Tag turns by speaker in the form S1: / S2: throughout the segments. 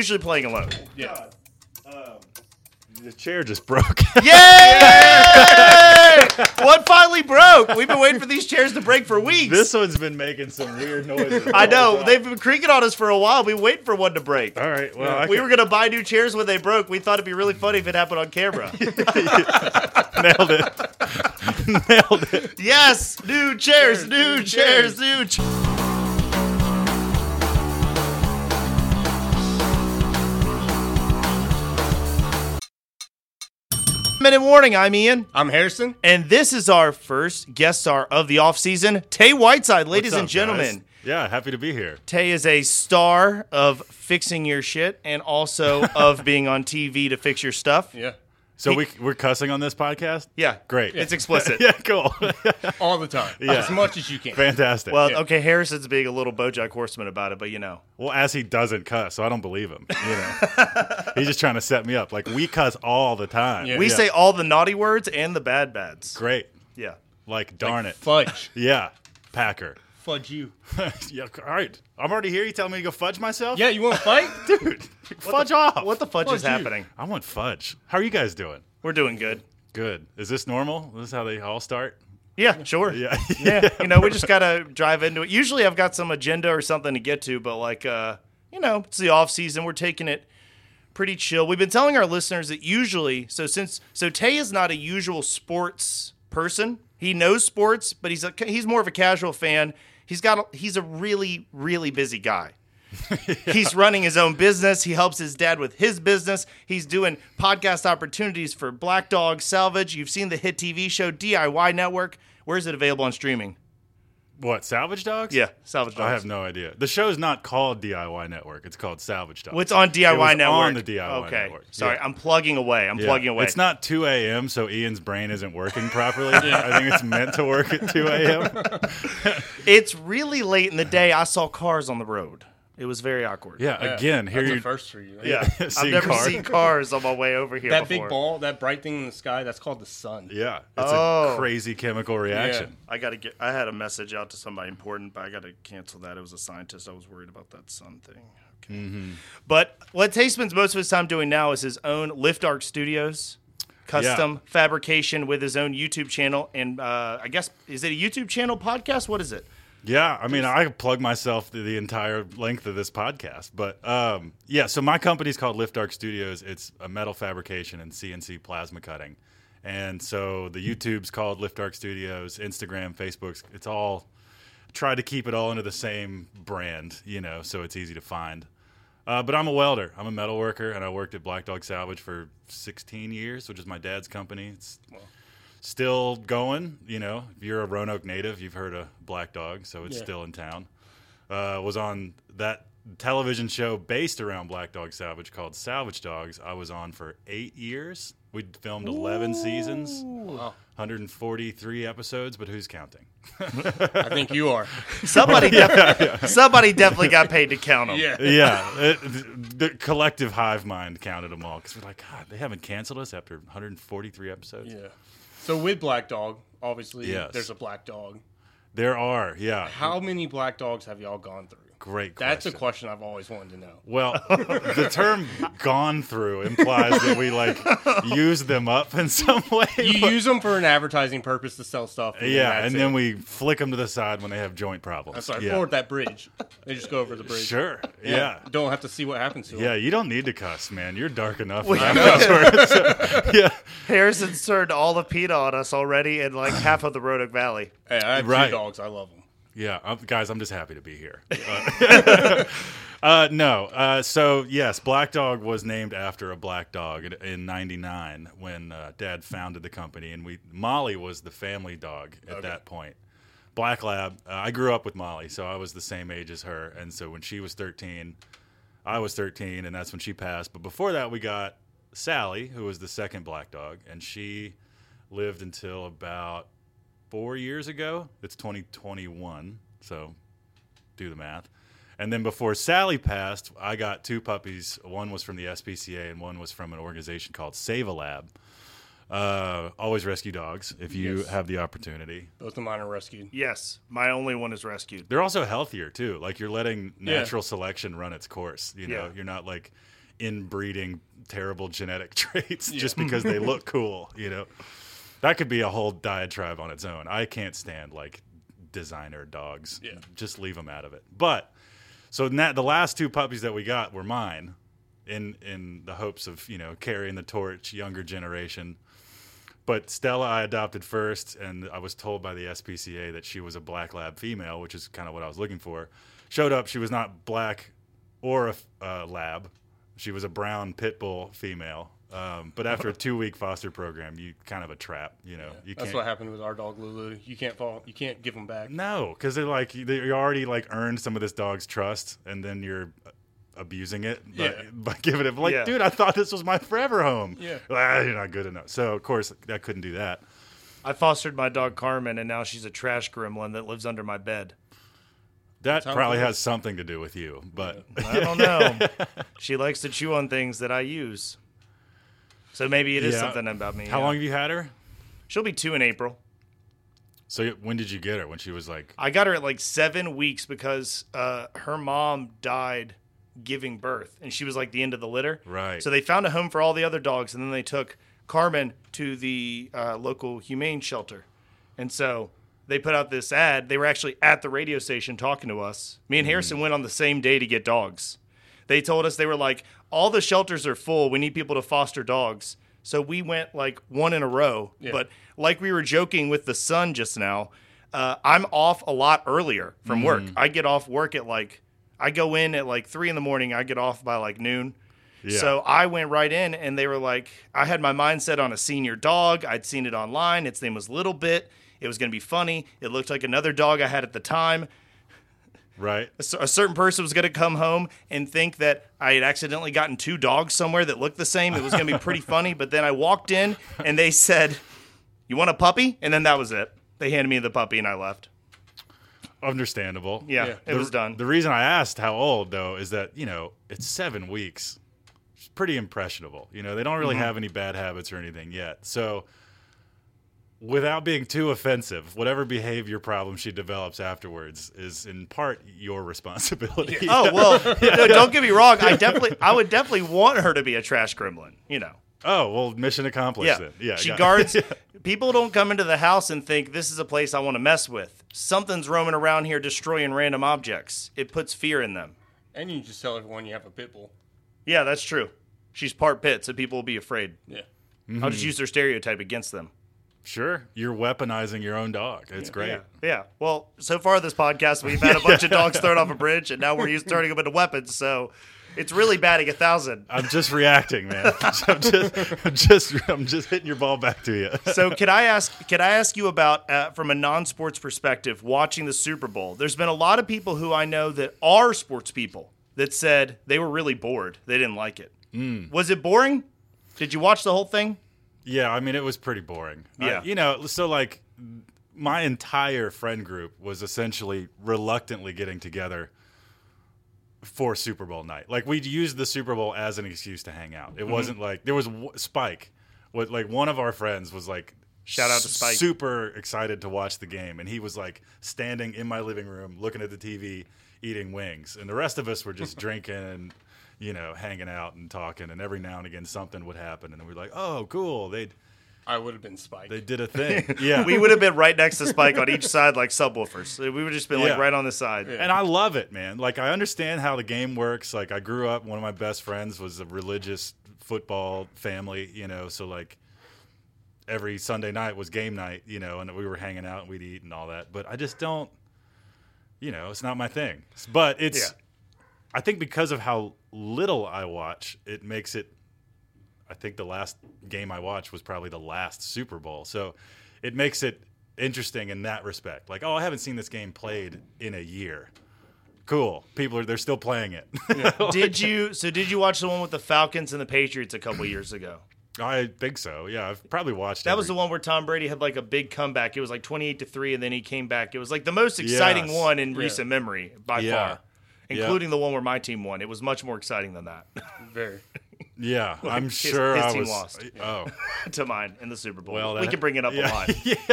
S1: usually playing alone.
S2: Yeah.
S3: The chair just broke.
S1: Yay! One finally broke. We've been waiting for these chairs to break for weeks.
S3: this one's been making some weird noises.
S1: I know. They've been creaking on us for a while. We waiting for one to break.
S3: All right. Well, I
S1: We were going to buy new chairs when they broke. We thought it'd be really funny if it happened on camera.
S3: nailed it. nailed it.
S1: yes! New chairs, new chairs, new chairs. Minute warning, I'm Ian.
S2: I'm Harrison.
S1: And this is our first guest star of the offseason, Tay Whiteside, ladies
S3: What's
S1: and
S3: up,
S1: gentlemen.
S3: guys? Yeah, happy to be here.
S1: Tay is a star of fixing your shit and also of being on TV to fix your stuff.
S2: Yeah.
S3: So we we're cussing on this podcast.
S1: Yeah.
S3: Great.
S1: It's explicit.
S3: yeah, cool.
S2: All the time.
S3: Yeah.
S2: As much as you can.
S3: Fantastic.
S1: Well,
S2: Yeah.
S1: okay, Harrison's being a little Bojack Horseman about it, but you know.
S3: well, as he doesn't cuss, so I don't believe him. You know, he's just trying to set me up. Like we cuss all the time.
S2: Yeah.
S1: We
S3: Yeah.
S1: say all the naughty words and the bad bads.
S3: great.
S1: Yeah.
S3: Like darn it.
S2: Fudge.
S3: yeah, Packer.
S2: Fudge you.
S3: yeah, all right. I'm already here. You telling me to go fudge myself?
S2: Yeah, you want to fight?
S3: dude. Fudge off.
S1: What the fudge
S2: Fudge
S1: is
S2: you.
S1: happening?
S3: I want fudge. How are you guys doing?
S1: We're doing good.
S3: Good. Is this normal? This is how they all start?
S1: Yeah, sure.
S3: Yeah.
S1: yeah. You know, we just gotta drive into it. Usually I've got some agenda or something to get to, but like uh, you know, it's the off season. We're taking it pretty chill. We've been telling our listeners that usually so since so Tay is not a usual sports person. He knows sports, but he's a he's more of a casual fan. He's got a, he's a really really busy guy. He's running his own business. He helps his dad with his business. He's doing podcast opportunities for Black Dog Salvage. You've seen the hit TV show DIY Network. Where is it available on streaming?
S3: What, Salvage Dogs?
S1: Yeah, Salvage Dogs.
S3: I have no idea. The show's not called DIY Network. It's called Salvage Dogs.
S1: What's on DIY
S3: It was on
S1: Network?
S3: the DIY
S1: okay.
S3: Network.
S1: Sorry,
S3: Yeah.
S1: I'm plugging away. I'm
S3: Yeah.
S1: plugging away.
S3: It's not 2 a.m., so Ian's brain isn't working properly. I think it's meant to work at 2 a.m.
S1: It's really late in the day. I saw cars on the road. It was very awkward.
S3: Yeah, again, here
S2: That's
S3: you
S2: the first for you.
S3: Yeah,
S1: I've
S3: see
S1: never
S3: car.
S1: seen cars on my way over here.
S2: That
S1: before.
S2: big ball, that bright thing in the sky, that's called the sun.
S3: Yeah, it's
S1: Oh.
S3: a crazy chemical reaction.
S1: I gotta get. I had a message out to somebody important, but I gotta cancel that. It was a scientist. I was worried about that sun thing. Okay. But what Tay spends most of his time doing now is his own Lift Arc Studios custom fabrication with his own YouTube channel, and uh, I guess is it a YouTube channel podcast? What is it?
S3: Yeah, I mean, I could plug myself to the entire length of this podcast, but um, yeah. So my company's called Lift Arc Studios. It's a metal fabrication and CNC plasma cutting, and so the YouTube's called Lift Arc Studios, Instagram, Facebook's. It's all try to keep it all under the same brand, you know, so it's easy to find. Uh, but I'm a welder. I'm a metal worker, and I worked at Black Dog Salvage for 16 years, which is my dad's company. It's still going. You know, if you're a Roanoke native, you've heard of Black Dog, so it's
S2: Yeah.
S3: still in town. Uh, was on that television show based around Black Dog Salvage called Salvage Dogs. I was on for eight years. We filmed 11 seasons,
S2: Wow.
S3: 143 episodes, but who's counting?
S2: I think you are.
S1: Somebody, def- somebody definitely got paid to count them.
S2: Yeah.
S3: yeah, it- the, the collective hive mind counted them all because we're like, God, they haven't canceled us after 143 episodes.
S2: Yeah. So with Black Dog, obviously,
S3: Yes.
S2: there's a Black Dog.
S3: There are, yeah,
S2: How many Black Dogs have y'all gone through?
S3: great.
S2: That's a
S3: question.
S2: question I've always wanted to know.
S3: Well, the term "gone through" implies that we like use them up in some way.
S2: You
S3: but-
S2: use them for an advertising purpose to sell stuff. And
S3: yeah,
S2: that's
S3: and
S2: it.
S3: then we flick them to the side when they have joint problems.
S2: I'm sorry,
S3: yeah.
S2: forward that bridge. They just go over the bridge.
S3: Sure. Yeah. yeah.
S2: Don't have to see what happens to them.
S3: you don't need to cuss, man. You're dark enough.
S1: We-
S3: for that. yeah.
S1: Harrison's turned all the PETA on us already, and like half of the Roanoke Valley.
S2: Hey, I have
S3: Right.
S2: two dogs. I love them.
S3: Yeah, I'm, guys, I'm just happy to be here. Uh, uh, no, uh, so yes, Black Dog was named after a black dog in- in '99 when uh, Dad founded the company, and we Molly was the family dog at that point. Black Lab. Uh, I grew up with Molly, so I was the same age as her, and so when she was 13, I was 13, and that's when she passed. But before that, we got Sally, who was the second black dog, and she lived until about four years ago. It's 2021, so do the math. And then before Sally passed, I got two puppies. One was from the SPCA, and one was from an organization called Save a Lab. Uh, always rescue dogs if you have the opportunity.
S2: Both of mine are rescued.
S1: Yes, my only one is rescued.
S3: They're also healthier too. Like you're letting natural selection run its course. You know,
S1: Yeah.
S3: you're not like inbreeding terrible genetic traits just because they look cool. You know, that could be a whole diatribe on its own. I can't stand like designer dogs.
S2: Yeah.
S3: just leave them out of it. But so na- the last two puppies that we got were mine, in in the hopes of you know carrying the torch, younger generation. But Stella, I adopted first, and I was told by the SPCA that she was a black lab female, which is kind of what I was looking for. Showed up, she was not black or a f- uh, lab. She was a brown pit bull female. Um, but after a two week foster program, you kind of a trap, you know. You
S2: That's what happened with our dog Lulu. You can't fall. You can't give them back.
S3: no, because they're like you- you already like earned some of this dog's trust, and then you're uh, abusing it by,
S2: Yeah.
S3: by giving it. Like,
S1: Yeah.
S3: dude, I thought this was my forever home.
S2: Yeah.
S3: "Ah, you're not good enough. So of course I couldn't do that.
S1: I fostered my dog Carmen, and now she's a trash gremlin that lives under my bed.
S3: That
S2: how it
S3: probably
S2: goes.
S3: has something to do with you, but
S1: I don't know. she likes to chew on things that I use, so maybe it is
S3: Yeah.
S1: something about me.
S3: how
S1: yeah.
S3: long have you had her?
S1: She'll be two in April.
S3: So y- when did you get her? When she was like,
S1: I got her at like seven weeks because uh, her mom died giving birth, and she was like the end of the litter.
S3: Right.
S1: So they found a home for all the other dogs, and then they took Carmen to the uh, local humane shelter, and so they put out this ad. They were actually at the radio station talking to us. Me and Harrison went on the same day to get dogs. They told us they were like, all the shelters are full. We need people to foster dogs. So we went like one in a row. But like we were joking with the sun just now, uh, I'm off a lot earlier from work. I get off work at like, I go in at like three in the morning. I get off by like noon.
S3: Yeah.
S1: So I went right in and they were like, I had my mindset on a senior dog. I'd seen it online. Its name was Little Bit. It was going to be funny. It looked like another dog I had at the time
S3: right?
S1: so- a certain person was going to come home and think that I had accidentally gotten two dogs somewhere that looked the same. It was going to be pretty funny. But then I walked in and they said, You want a puppy? And then that was it. They handed me the puppy and I left.
S3: Understandable.
S1: Yeah,
S2: Yeah.
S1: it was done.
S3: The reason I asked how old though is that you know it's seven weeks. She's pretty impressionable. You know they don't
S2: Mm-hmm.
S3: really have any bad habits or anything yet. So without being too offensive, whatever behavior problem she develops afterwards is in part your responsibility.
S1: oh, well, no, don't get me wrong. I definitely, I would definitely want her to be a trash gremlin, you know.
S3: Oh, well, mission accomplished
S1: Yeah.
S3: then. Yeah,
S1: she
S3: got-
S1: guards. People don't come into the house and think this is a place I want to mess with. Something's roaming around here destroying random objects. It puts fear in them.
S2: And you just tell everyone you have a pit bull.
S1: Yeah, that's true. She's part pit, so people will be afraid.
S2: Yeah.
S1: I'll
S3: Hmm.
S1: just use their stereotype against them.
S3: Sure, you're weaponizing your own dog. It's great.
S1: Yeah. Yeah. Well, so far this podcast, we've had a bunch of dogs thrown off a bridge, and now we're used turning them into weapons. So it's really batting a thousand.
S3: I'm just reacting, man. I'm just, I'm just, I'm just hitting your ball back to you.
S1: So can I ask? Can I ask you about uh, from a non-sports perspective watching the Super Bowl? There's been a lot of people who I know that are sports people that said they were really bored. They didn't like it.
S3: Hmm.
S1: Was it boring? Did you watch the whole thing?
S3: Yeah, I mean, it was pretty boring. I-
S1: Yeah.
S3: you know, so like my entire friend group was essentially reluctantly getting together for Super Bowl night. Like we'd use the Super Bowl as an excuse to hang out. It
S1: Mm-hmm.
S3: wasn't like there was w- Spike, what like one of our friends was like.
S1: Shout out to
S3: s-
S1: Spike.
S3: Super excited to watch the game, and he was like standing in my living room, looking at the TV, eating wings, and the rest of us were just drinking and you know hanging out and talking. And every now and again, something would happen, and we're like, "Oh, cool! They
S2: I would have been spiked.
S3: they did a thing. Yeah.
S1: We would have been right next to Spike on each side, like subwoofers. We would have just been like
S3: Yeah.
S1: right on the side.
S3: and I love it, man. Like I understand how the game works. Like I grew up one of my best friends was a religious football family, you know, so like every Sunday night was game night, you know, and we were hanging out and we'd eat and all that. But I just don't you know, it's not my thing. But it's
S1: Yeah.
S3: I think because of how little I watch, it makes it I think the last game I watched was probably the last Super Bowl. So it makes it interesting in that respect. Like, oh, I haven't seen this game played in a year. Cool. People are they're still playing it.
S1: did you so did you watch the one with the Falcons and the Patriots a couple years ago?
S3: I think so. Yeah, I've probably watched
S1: That was the
S3: every-
S1: one where Tom Brady had like a big comeback. It was like 28 to 3 and then he came back. It was like the most exciting
S3: Yes.
S1: one in recent memory by
S3: Yeah.
S1: far. Including the one where my team won. It was much more exciting than that.
S2: Very.
S3: Yeah, I'm
S1: his-
S3: sure
S1: his
S3: I
S1: team
S3: was.
S1: lost.
S3: Oh,
S1: to mine in the Super Bowl.
S3: Well,
S1: we
S3: that-
S1: can bring it up
S3: yeah,
S1: a lot.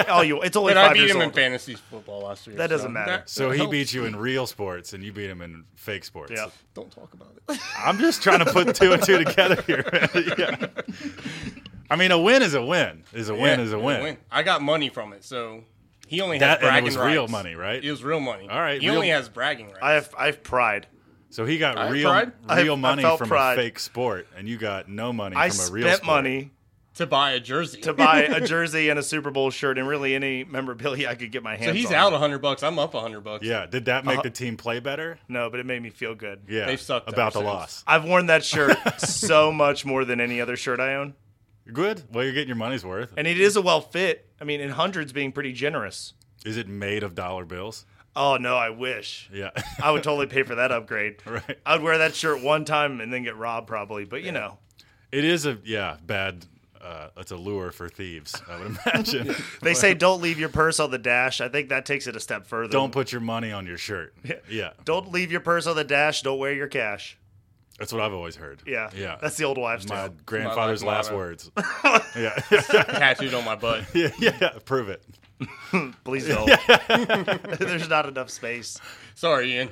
S1: Oh, you. It's only
S2: But
S1: five
S2: I beat
S1: years
S2: him in
S1: old.
S2: fantasy football last year.
S1: That doesn't matter.
S3: so
S2: that
S3: he
S2: helps.
S3: beat you in real sports, and you beat him in fake sports.
S1: Yeah.
S2: Don't talk about it.
S3: I'm just trying to put two and two together here. yeah. I mean, a win is a win. Is a win
S2: Yeah,
S3: is a
S2: yeah,
S3: win.
S2: I got money from it, so he only
S3: That
S2: has bragging
S3: and it was
S2: rights.
S3: real money, right?
S2: It was real money.
S3: All right,
S2: He
S3: real-
S2: only has bragging rights.
S1: I have I have pride.
S3: So he got
S2: I have
S3: real
S2: pride.
S1: I have-
S3: real
S1: I
S3: money
S1: felt
S3: from
S1: pride.
S3: a fake sport, and you got no money
S1: I
S3: from a
S1: spent
S3: real sport.
S1: money
S2: to buy a jersey.
S1: to buy a jersey and a Super Bowl shirt and really any memorabilia I could get my hands
S2: so
S1: on.
S2: he's out a hundred bucks. I'm up a hundred bucks.
S3: Yeah. Did that
S1: Uh-huh.
S3: make the team play better?
S1: No, but it made me feel good.
S3: Yeah.
S2: They've sucked
S3: about the
S2: ever
S3: loss.
S2: since.
S1: I've worn that shirt so much more than any other shirt I own.
S3: Good. Well, you're getting your money's worth.
S1: And it is a well fit. I mean, in hundreds being pretty generous.
S3: Is it made of dollar bills?
S1: Oh, no, I wish.
S3: Yeah.
S1: I would totally pay for that upgrade.
S3: Right.
S1: I would wear that shirt one time and then get robbed probably, but you know,
S3: it is a yeah bad. Uh, it's a lure for thieves. I would imagine.
S1: they say don't leave your purse on the dash. I think that takes it a step further.
S3: Don't put your money on your shirt. Yeah.
S1: don't leave your purse on the dash. Don't wear your cash.
S3: That's what I've always heard.
S1: Yeah.
S3: Yeah.
S1: That's the old wives'
S3: my
S1: tale.
S3: grandfather's
S2: My
S3: last
S2: life motto.
S3: words. yeah. yeah.
S2: tattooed on my butt.
S3: Yeah. Prove it.
S1: Please don't. There's not enough space.
S2: Sorry, Ian.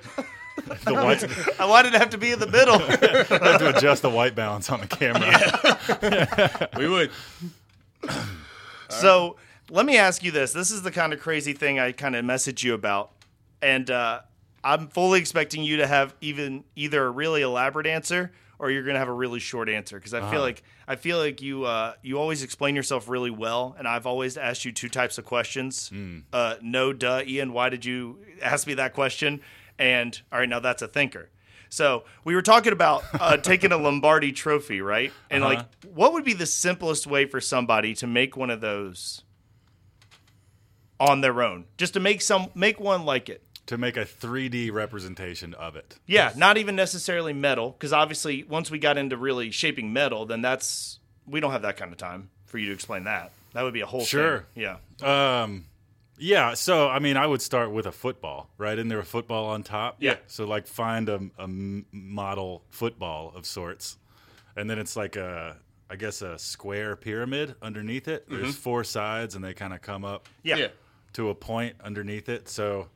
S3: The white,
S1: I wanted to have to be in the middle.
S3: I have to adjust the white balance on the camera.
S2: We would.
S1: So let me ask you this. This is the kind of crazy thing I kind of message you about. And uh, I'm fully expecting you to have even either a really elaborate answer or you're going to have a really short answer because I feel like I feel like you uh, you always explain yourself really well and I've always asked you two types of questions. Uh, no duh Ian, why did you ask me that question? And all right, now that's a thinker. So we were talking about uh, taking a Lombardi trophy, right? And like,
S3: Uh-huh.
S1: what would be the simplest way for somebody to make one of those on their own, just to make some make one like it?
S3: to make a 3D representation of it.
S1: Yeah, not even necessarily metal, because obviously once we got into really shaping metal, then that's we don't have that kind of time for you to explain that. That would be a whole
S3: Sure.
S1: Thing. Yeah,
S3: Um, yeah. So I mean, I would start with a football, right? And there a football on top.
S1: Yeah.
S3: So like, find a, a m- model football of sorts, and then it's like a, I guess, a square pyramid underneath it. There's four sides, and they kind of come up
S1: yeah,
S2: Yeah.
S3: to a point underneath it. So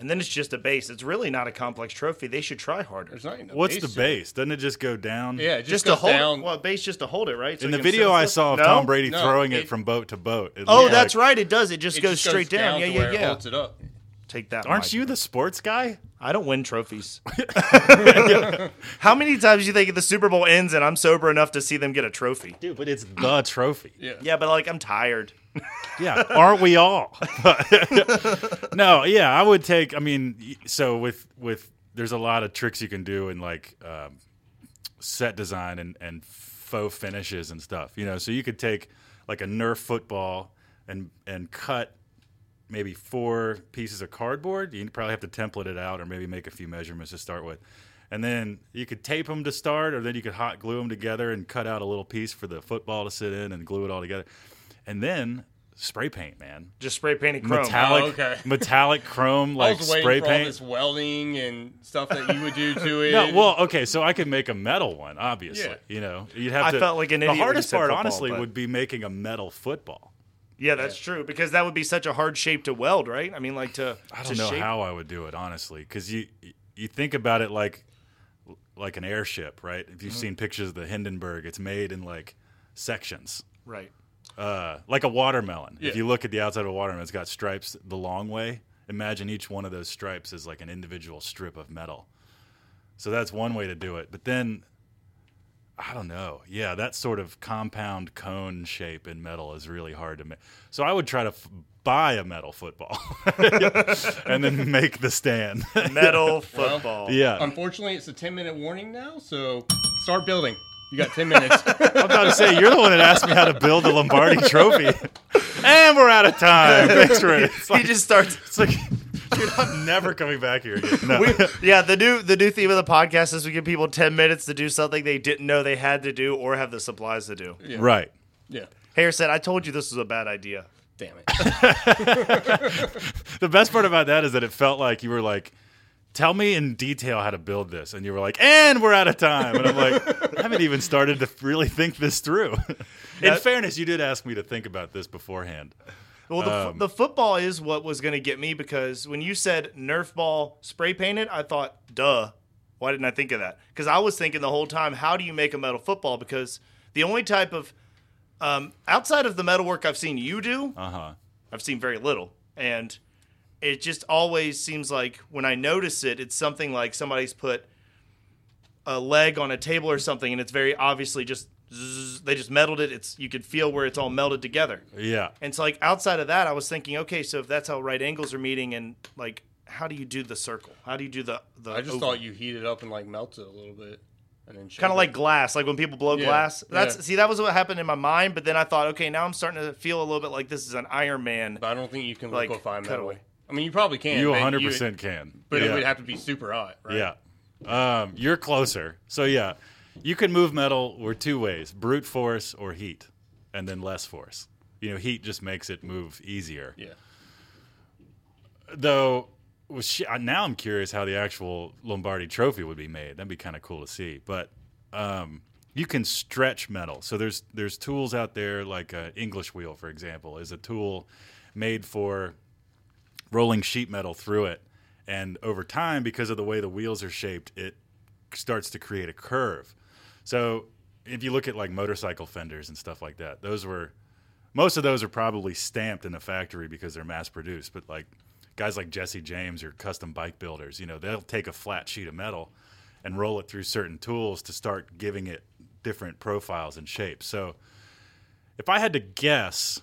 S1: And then it's just a base. It's really not a complex trophy. They should try harder.
S2: There's not even a
S3: what's the
S2: to it.
S3: base? Doesn't it just go down?
S2: Yeah, it
S1: Just
S2: just,
S1: to
S2: goes
S1: hold
S2: down.
S1: it. Well, base just to hold it, right? So
S3: In
S1: you
S3: the
S1: can sit
S3: video
S1: and
S3: I
S1: stuff?
S3: saw of
S1: No?
S3: Tom Brady
S2: No,
S3: throwing it,
S2: it-
S3: from boat to boat. it
S1: Oh,
S3: looked
S1: that's
S3: like-
S1: right. It does. It just
S2: It
S1: goes
S2: just
S1: straight down.
S2: to
S1: Yeah, yeah,
S2: where it
S1: yeah.
S2: Holds it up.
S1: Take that.
S3: Aren't
S1: Mike.
S3: you the sports guy?
S1: I don't win trophies. How many times do you think the Super Bowl ends and I'm sober enough to see them get a trophy?
S3: Dude, but it's the trophy.
S2: Yeah.
S1: Yeah, but like I'm tired.
S3: Yeah, aren't we all? no, yeah, I would take. I mean, y- so with with there's a lot of tricks you can do in like um, set design and and faux finishes and stuff. You know, so you could take like a Nerf football and and cut maybe four pieces of cardboard. You probably have to template it out or maybe make a few measurements to start with. And then you could tape them to start, or then you could hot glue them together and cut out a little piece for the football to sit in and glue it all together. And then spray paint, man.
S1: Just spray painted chrome.
S3: Metallic,
S2: Oh, okay.
S3: metallic chrome,
S2: I
S3: like
S2: was waiting
S3: spray
S2: for all
S3: paint.
S2: this welding and stuff that you would do to it.
S3: No, well, okay, so I could make a metal one, obviously.
S2: Yeah.
S3: You know, you'd have
S1: I
S3: to.
S1: felt like an idiot
S3: the
S1: when you
S3: hardest
S1: said
S3: part,
S1: football,
S3: honestly,
S1: but-
S3: would be making a metal football.
S1: Yeah, that's true because that would be such a hard shape to weld, right? I mean, like to
S3: I
S1: to
S3: don't know
S1: shape.
S3: how I would do it honestly, because you you think about it like like an airship, right? If you've
S2: Mm-hmm.
S3: seen pictures of the Hindenburg, it's made in like sections,
S1: Right.
S3: uh, like a watermelon. If
S2: Yeah.
S3: you look at the outside of a watermelon, it's got stripes the long way. Imagine each one of those stripes is like an individual strip of metal. So that's one way to do it. But then, I don't know. Yeah, that sort of compound cone shape in metal is really hard to make. So I would try to f- buy a metal football and then make the stand.
S1: Metal football.
S3: yeah.
S2: Unfortunately, it's a 10 minute warning now, so start building. You got 10 minutes.
S3: I'm about to say, you're the one that asked me how to build a Lombardi trophy. and we're out of time. Thanks, Ray. It's
S1: He
S3: like,
S1: just starts.
S3: it's like dude, I'm never coming back here again. No.
S1: We, yeah, the new the new theme of the podcast is we give people ten minutes to do something they didn't know they had to do or have the supplies to do.
S2: Yeah.
S3: right.
S2: yeah.
S1: Hare said, "I told you this was a bad idea."
S2: Damn it.
S3: The best part about that is that it felt like you were like tell me in detail how to build this. And you were like, and we're out of time. And I'm like, I haven't even started to really think this through. in fairness, you did ask me to think about this beforehand.
S1: Well, the, f the football is what was going to get me because when you said Nerf ball spray painted, I thought, duh, why didn't I think of that? Because I was thinking the whole time, how do you make a metal football? Because the only type of um, outside of the metal work I've seen you do,
S3: Uh huh.
S1: I've seen very little, and it just always seems like when I notice it, it's something like somebody's put a leg on a table or something, and it's very obviously just zzz, they just melded it. It's you could feel where it's all melded together.
S3: Yeah.
S1: And so, like outside of that, I was thinking, okay, so if that's how right angles are meeting, and like, how do you do the circle? How do you do the the?
S2: I just thought you heat it up and like melt it a little bit, and then
S1: kind of like glass, like when people blow
S2: Yeah,
S1: glass. That's
S2: yeah.
S1: see, that was what happened in my mind. But then I thought, okay, now I'm starting to feel a little bit like this is an Iron Man.
S2: But I don't think you can
S1: like,
S2: liquefy
S1: cut
S2: metal.
S1: away.
S2: I mean, you probably can.
S3: You
S2: but
S3: 100% can.
S2: But
S3: yeah.
S2: it would have to be super hot, right?
S3: Yeah. Um, you're closer. So, yeah, you can move metal or two ways brute force or heat, and then less force. You know, heat just makes it move easier.
S2: Yeah.
S3: Though, well, shi- uh, now I'm curious how the actual Lombardi trophy would be made. That'd be kind of cool to see. But um, you can stretch metal. So, there's, there's tools out there, like uh, English wheel, for example, is a tool made for rolling sheet metal through it. And over time, because of the way the wheels are shaped, it starts to create a curve. So if you look at like motorcycle fenders and stuff like that, those were most of those are probably stamped in the factory because they're mass produced. But like guys like Jesse James or custom bike builders, you know, they'll take a flat sheet of metal and roll it through certain tools to start giving it different profiles and shapes. So if I had to guess,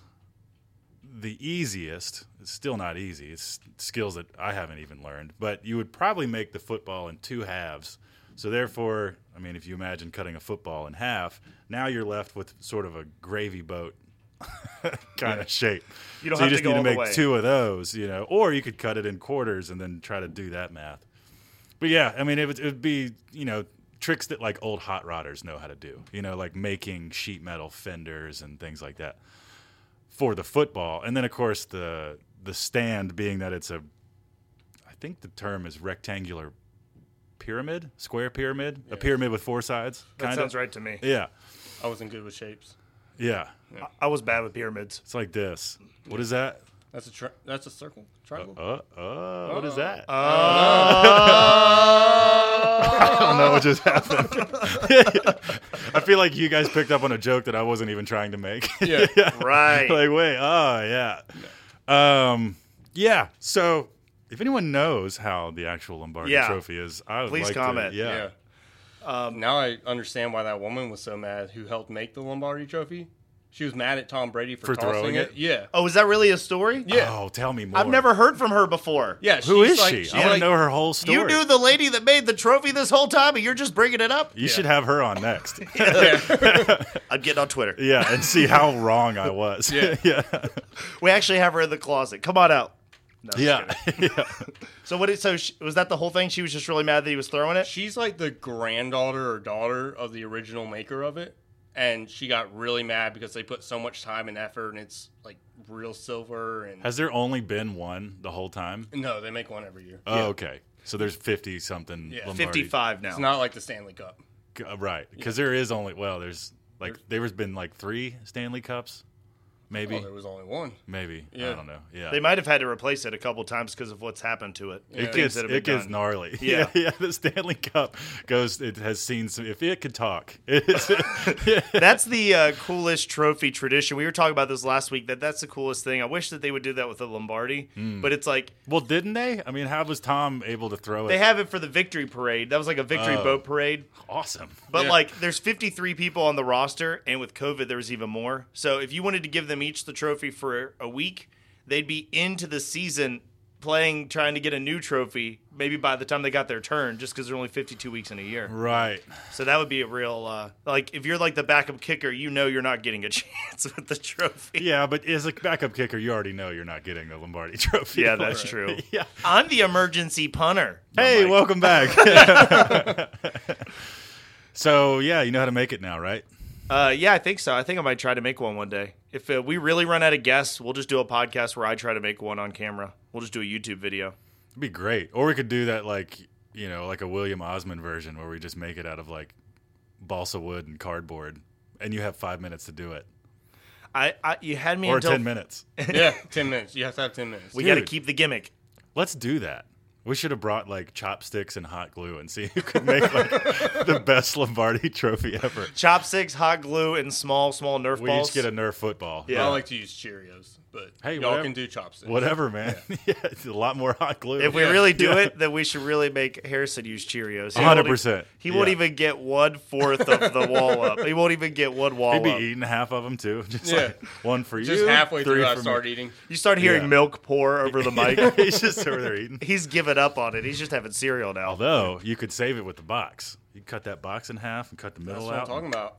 S3: the easiest, it's still not easy, it's skills that I haven't even learned, but you would probably make the football in two halves. So, therefore, I mean, if you imagine cutting a football in half, now you're left with sort of a gravy boat kind of shape.
S1: You don't
S3: so
S1: have
S3: you
S1: to
S3: just
S1: go
S3: need to
S1: all the
S3: make
S1: way.
S3: two of those, you know, or you could cut it in quarters and then try to do that math. But yeah, I mean, it would, it would be you know tricks that like old hot rodders know how to do. You know, like making sheet metal fenders and things like that for the football, and then of course the the stand being that it's a, I think the term is rectangular pyramid, square pyramid, a pyramid with four sides.
S1: That
S3: kinda.
S1: sounds right to me.
S3: Yeah,
S2: I wasn't good with shapes.
S3: yeah.
S1: I- I was bad with pyramids.
S3: It's like this. What is that?
S2: That's a tri- that's a circle, triangle.
S3: Uh, uh, what is that?
S1: Uh.
S3: I don't know what just happened. I feel like you guys picked up on a joke that I wasn't even trying to make.
S2: Yeah.
S1: right.
S3: like, wait, oh yeah, um, yeah. So, if anyone knows how the actual Lombardi
S1: Yeah.
S3: Trophy is, I would
S1: Please
S3: like to-
S1: comment.
S3: yeah. Um,
S2: Yeah. now I understand why that woman was so mad who helped make the Lombardi Trophy. She was mad at Tom Brady for,
S3: For
S2: tossing
S3: throwing
S2: it.
S3: it?
S2: Yeah.
S1: Oh, is that really a story?
S2: Yeah.
S3: Oh, tell me more.
S1: I've never heard from her before.
S2: Yeah.
S3: Who
S2: she's
S3: is
S2: like-
S3: she?
S2: she's
S3: I want to
S2: like-
S3: know her whole story.
S1: You knew the lady that made the trophy this whole time, and you're just bringing it up.
S3: You should have her on next.
S1: I'm getting on Twitter.
S3: yeah, and see how wrong I was.
S2: Yeah.
S3: yeah,
S1: We actually have her in the closet. Come on out. No, just
S3: yeah.
S1: kidding. So what? Is, so she, was that the whole thing? She was just really mad that he was throwing it.
S2: She's like the granddaughter or daughter of the original maker of it. And she got really mad because they put so much time and effort and it's like real silver and
S3: Has there only been one the whole time?
S2: no, they make one every year.
S3: Oh, okay. So there's fifty something.
S2: Yeah.
S3: Lombardi.
S1: Fifty-five now.
S2: It's not like the Stanley Cup.
S3: C- uh, right? Because there is only well, there's like there's been like three Stanley Cups, maybe,
S2: Oh, there was only one.
S3: maybe. I
S2: Yeah.
S3: don't know. Yeah,
S1: they might have had to replace it a couple times because of what's happened to it.
S3: it
S1: Things
S3: gets
S1: that have
S3: it
S1: been
S3: gets
S1: done.
S3: gnarly.
S1: Yeah.
S3: yeah. The Stanley Cup goes. It has seen some. If it could talk, it's,
S1: That's the uh, coolest trophy tradition. We were talking about this last week. That that's the coolest thing. I wish that they would do that with the Lombardi,
S3: Hmm.
S1: but it's like
S3: well, didn't they? I mean, how was Tom able to throw it?
S1: they have it for the victory parade. That was like a victory
S3: Oh.
S1: boat parade.
S3: awesome.
S1: But
S2: Yeah.
S1: like, there's 53 people on the roster, and with COVID, there was even more. So if you wanted to give them each the trophy for a week, they'd be into the season playing, trying to get a new trophy. Maybe by the time they got their turn, just because they're only 52 weeks in a year.
S3: Right.
S1: So that would be a real uh, like if you're like the backup kicker, you know you're not getting a chance with the trophy.
S3: Yeah, but as a backup kicker, you already know you're not getting the Lombardi Trophy.
S1: Yeah, that's true.
S3: yeah.
S1: I'm the emergency punter.
S3: Hey,
S1: I'm like,
S3: welcome back. so yeah, you know how to make it now, right?
S1: Uh, yeah, I think so. I think I might try to make one one day. If uh, we really run out of guests, we'll just do a podcast where I try to make one on camera. We'll just do a YouTube video.
S3: It'd be great. Or we could do that like you know, like a William Osmond version where we just make it out of like balsa wood and cardboard and you have five minutes to do it.
S1: I, I you had me
S3: Or
S1: until
S3: ten minutes.
S2: yeah, ten minutes. You have to have ten minutes.
S1: we got to
S3: Dude.
S1: keep the gimmick.
S3: Let's do that. We should have brought like chopsticks and hot glue and see who could make like the best Lombardi trophy ever.
S1: Chopsticks, hot glue, and small small Nerf
S3: We
S1: balls.
S3: each get a Nerf football.
S1: Yeah.
S2: I like to use Cheerios, but
S3: Hey,
S2: y'all
S3: whatever-
S2: can do chopsticks.
S3: Whatever, man. Yeah. it's a lot more hot glue.
S1: if we
S2: Yeah.
S1: really do it, then we should really make Harrison use Cheerios. He won't e-
S3: 100%.
S1: He won't
S3: Yeah.
S1: even get one fourth of the wall up. He won't even get one wall
S3: He'd be
S1: up.
S3: eating half of them too. Just
S2: Yeah.
S3: like one for you.
S2: Just halfway
S3: three
S2: through, I
S3: for me.
S2: start eating.
S1: You start hearing
S3: Yeah.
S1: milk pour over the mic.
S3: He's just over there eating.
S1: He's given up on it. He's just having cereal now.
S3: Although you could save it with the box. You cut that box in half and cut the
S2: That's
S3: middle
S2: what I'm
S3: out.
S2: talking about.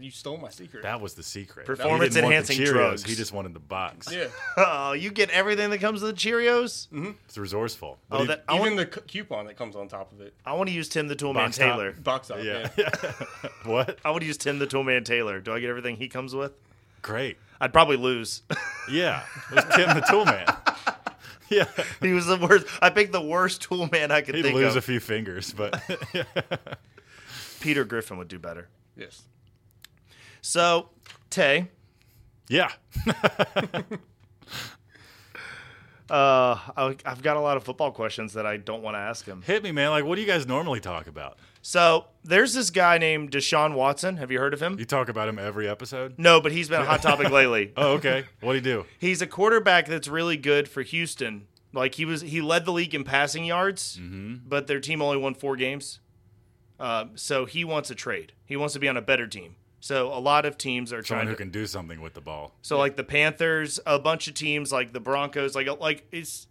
S2: You stole my secret.
S3: That was the secret.
S1: Performance
S3: He didn't want
S1: enhancing
S3: the Cheerios,
S1: drugs.
S3: He just wanted the box.
S2: yeah,
S1: Oh, you get everything that comes with the Cheerios.
S3: It's resourceful. What
S1: Oh,
S3: do you-
S1: that, I
S2: even
S1: want.
S2: the c- coupon that comes on top of it.
S1: I want to use Tim the Toolman
S3: Box top.
S1: Taylor.
S2: Box up.
S3: yeah.
S2: Yeah.
S3: what?
S1: I want to use Tim the Toolman Taylor. Do I get everything he comes with?
S3: Great.
S1: I'd probably lose.
S3: Yeah. It was Tim the Tool Man. Yeah.
S1: he was the worst. I picked the worst Toolman I could
S3: He'd
S1: think
S3: lose
S1: of.
S3: a few fingers, but
S1: Peter Griffin would do better.
S2: Yes.
S1: So, Tay,
S3: yeah.
S1: uh, I, I've got a lot of football questions that I don't want to ask him.
S3: Hit me, man. Like, what do you guys normally talk about?
S1: So, there's this guy named Deshaun Watson. Have you heard of him?
S3: You talk about him every episode?
S1: No, but he's been a hot topic lately.
S3: Oh, okay. What'd he do?
S1: He's a quarterback that's really good for Houston. Like he was, he led the league in passing yards,
S3: Mm-hmm.
S1: but their team only won four games. Uh, so he wants a trade. He wants to be on a better team. So a lot of teams are
S3: Someone
S1: trying
S3: who
S1: to.
S3: can do something with the ball.
S1: So like the Panthers, a bunch of teams like the Broncos, like like it's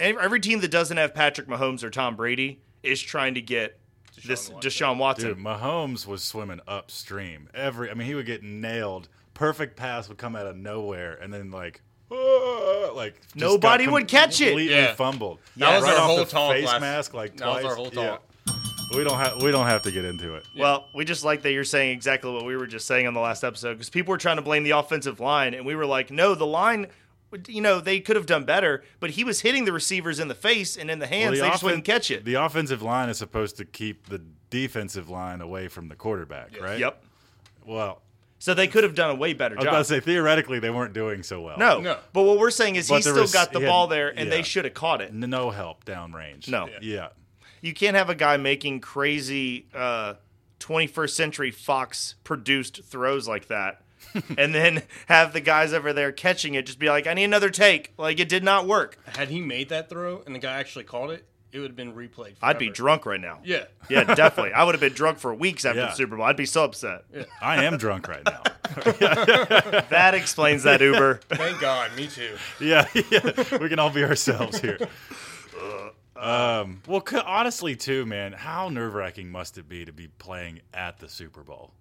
S1: ev- every team that doesn't have Patrick Mahomes or Tom Brady is trying to get this
S2: Watson.
S1: Deshaun Watson.
S3: Dude, Mahomes was swimming upstream. Every, I mean, he would get nailed. Perfect pass would come out of nowhere, and then like, "Ah," like just got
S1: Nobody would catch it.
S3: completely
S2: Yeah.
S3: Fumbled.
S2: That was
S3: Right
S2: our
S3: off
S2: whole
S3: the
S2: talk
S3: Face
S2: last-
S3: mask, like
S2: that was
S3: twice.
S2: our whole
S3: Yeah.
S2: talk.
S3: We don't have we don't have to get into it.
S1: Well, we just like that you're saying exactly what we were just saying on the last episode because people were trying to blame the offensive line, and we were like, no, the line, you know, they could have done better, but he was hitting the receivers in the face and in the hands.
S3: Well, the
S1: they just
S3: offen-
S1: wouldn't catch it.
S3: The offensive line is supposed to keep the defensive line away from the quarterback, right?
S1: yep.
S3: Well,
S1: So they could have done a way better
S3: I was about
S1: job.
S3: to say theoretically they weren't doing so well.
S1: no.
S2: No.
S1: But what we're saying is
S3: But
S1: he
S3: the
S1: still
S3: rec-
S1: got the
S3: he had-
S1: ball there, and
S3: yeah.
S1: they should have caught it.
S3: N- no help downrange.
S1: No.
S3: yeah.
S1: Yeah. You can't have a guy making crazy uh, 21st century Fox produced throws like that. and then have the guys over there catching it just be like, I need another take. Like, it did not work.
S2: Had he made that throw and the guy actually caught it, it would have been replayed. Forever.
S1: I'd be drunk right now.
S2: Yeah.
S1: Yeah, definitely. I would have been drunk for weeks after
S3: Yeah.
S1: the Super Bowl. I'd be so upset.
S3: I am drunk right now.
S1: That explains that Uber.
S2: Thank God. Me too.
S3: yeah, yeah. we can all be ourselves here.
S1: Uh,
S3: Um, well, c- honestly, too, man, how nerve wracking must it be to be playing at the Super Bowl?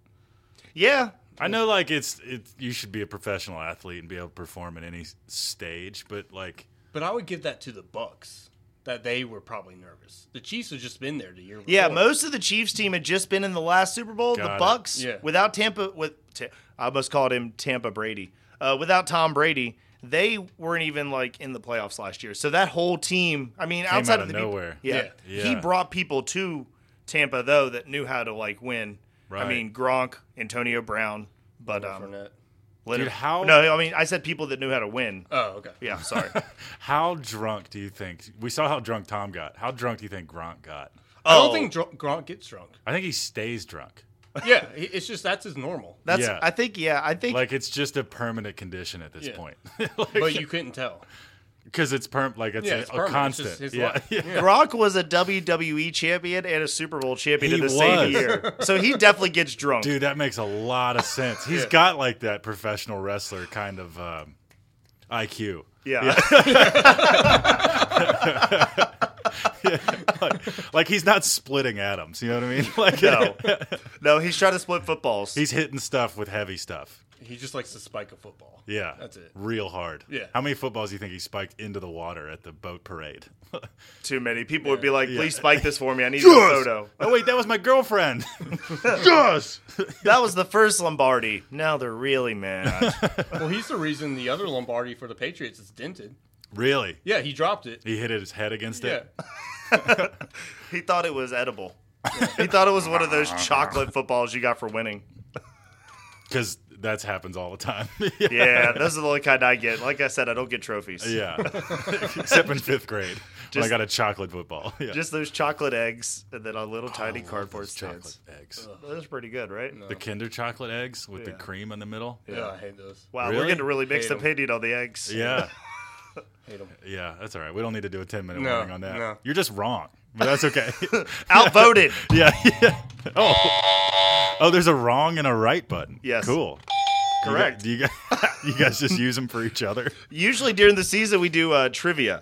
S1: yeah.
S3: I know, like it's it's you should be a professional athlete and be able to perform at any s- stage, but like,
S2: But I would give that to the Bucks that they were probably nervous. The Chiefs have just been there the year.
S1: Yeah,
S2: before.
S1: most of the Chiefs team had just been in the last Super Bowl.
S3: Got
S1: the
S3: it.
S1: Bucks
S2: Yeah.
S1: without Tampa with Ta- I almost called him Tampa Brady. Uh, without Tom Brady, they weren't even like in the playoffs last year. So that whole team, I mean, outside
S3: out
S1: of
S3: of
S1: the peop-
S3: nowhere.
S1: yeah,
S3: Yeah.
S1: he
S3: Yeah.
S1: brought people to Tampa though that knew how to like win. I
S3: Right.
S1: mean, Gronk, Antonio Brown, but um,
S2: Fournette.
S1: Leonard-
S3: Dude, how-
S1: No, I mean, I said people that knew how to win.
S2: Oh, okay.
S1: Yeah, sorry.
S3: how drunk do you think we saw? How drunk Tom got? How drunk do you think Gronk got?
S2: I don't
S1: Oh.
S2: think Dr- Gronk gets drunk.
S3: I think he stays drunk.
S2: Yeah, he- it's just that's his normal.
S1: That's
S3: Yeah.
S1: I think yeah, I think
S3: Like it's just a permanent condition at this
S2: Yeah.
S3: point,
S2: But you couldn't tell.
S3: because it's perm like it's,
S2: Yeah,
S3: a,
S2: it's
S3: a
S2: permanent. It's
S3: constant.
S2: just his
S3: yeah.
S2: life.
S3: yeah.
S1: Gronk was a WWE champion and a Super Bowl champion
S3: He
S1: in the same
S3: was.
S1: year. So he definitely gets drunk.
S3: Dude, that makes a lot of sense. He's got like that professional wrestler kind of um, IQ.
S1: Yeah.
S3: Like, like he's not splitting atoms. You know what I mean? Like
S1: no. No, he's trying to split footballs.
S3: he's hitting stuff with heavy stuff.
S2: He just likes to spike a football.
S3: Yeah,
S2: That's it.
S3: Real hard.
S2: Yeah.
S3: How many footballs do you think he spiked into the water at the boat parade?
S1: Too many. People would be like, please spike this for me. I need a photo.
S3: Oh wait, that was my girlfriend. yes.
S1: That was the first Lombardi. Now they're really mad.
S2: Well, he's the reason the other Lombardi for the Patriots is dented.
S3: Really?
S2: Yeah, he dropped it.
S3: He hit his head against
S2: Yeah.
S3: it.
S1: He thought it was edible. he thought it was one of those chocolate footballs you got for winning.
S3: Because that happens all the time.
S1: Yeah, those are the only kind I get. Like I said, I don't get trophies.
S3: yeah. Except in fifth grade when I
S1: Just-
S3: got a chocolate football. Yeah.
S1: Just those chocolate eggs and then a little tiny
S3: Oh,
S1: cardboard
S3: those chocolate
S1: stands.
S3: eggs.
S1: Those are pretty good, right?
S3: The Kinder chocolate eggs with the cream in the middle.
S2: Yeah, I hate those.
S1: Wow,
S3: Really?
S1: we're getting a really mixed
S2: Hate 'em.
S1: opinion on the eggs.
S3: Yeah.
S2: Hate them.
S3: Yeah, that's all right. We don't need to do a 10 minute
S2: No,
S3: warning on that.
S2: no.
S3: You're just wrong, but that's okay.
S1: Outvoted.
S3: yeah, yeah. Oh. Oh, there's a wrong and a right button.
S1: Yes.
S3: Cool. You gu-
S1: Correct.
S3: do you, guys, you guys just use them for each other?
S1: Usually during the season, we do uh, trivia.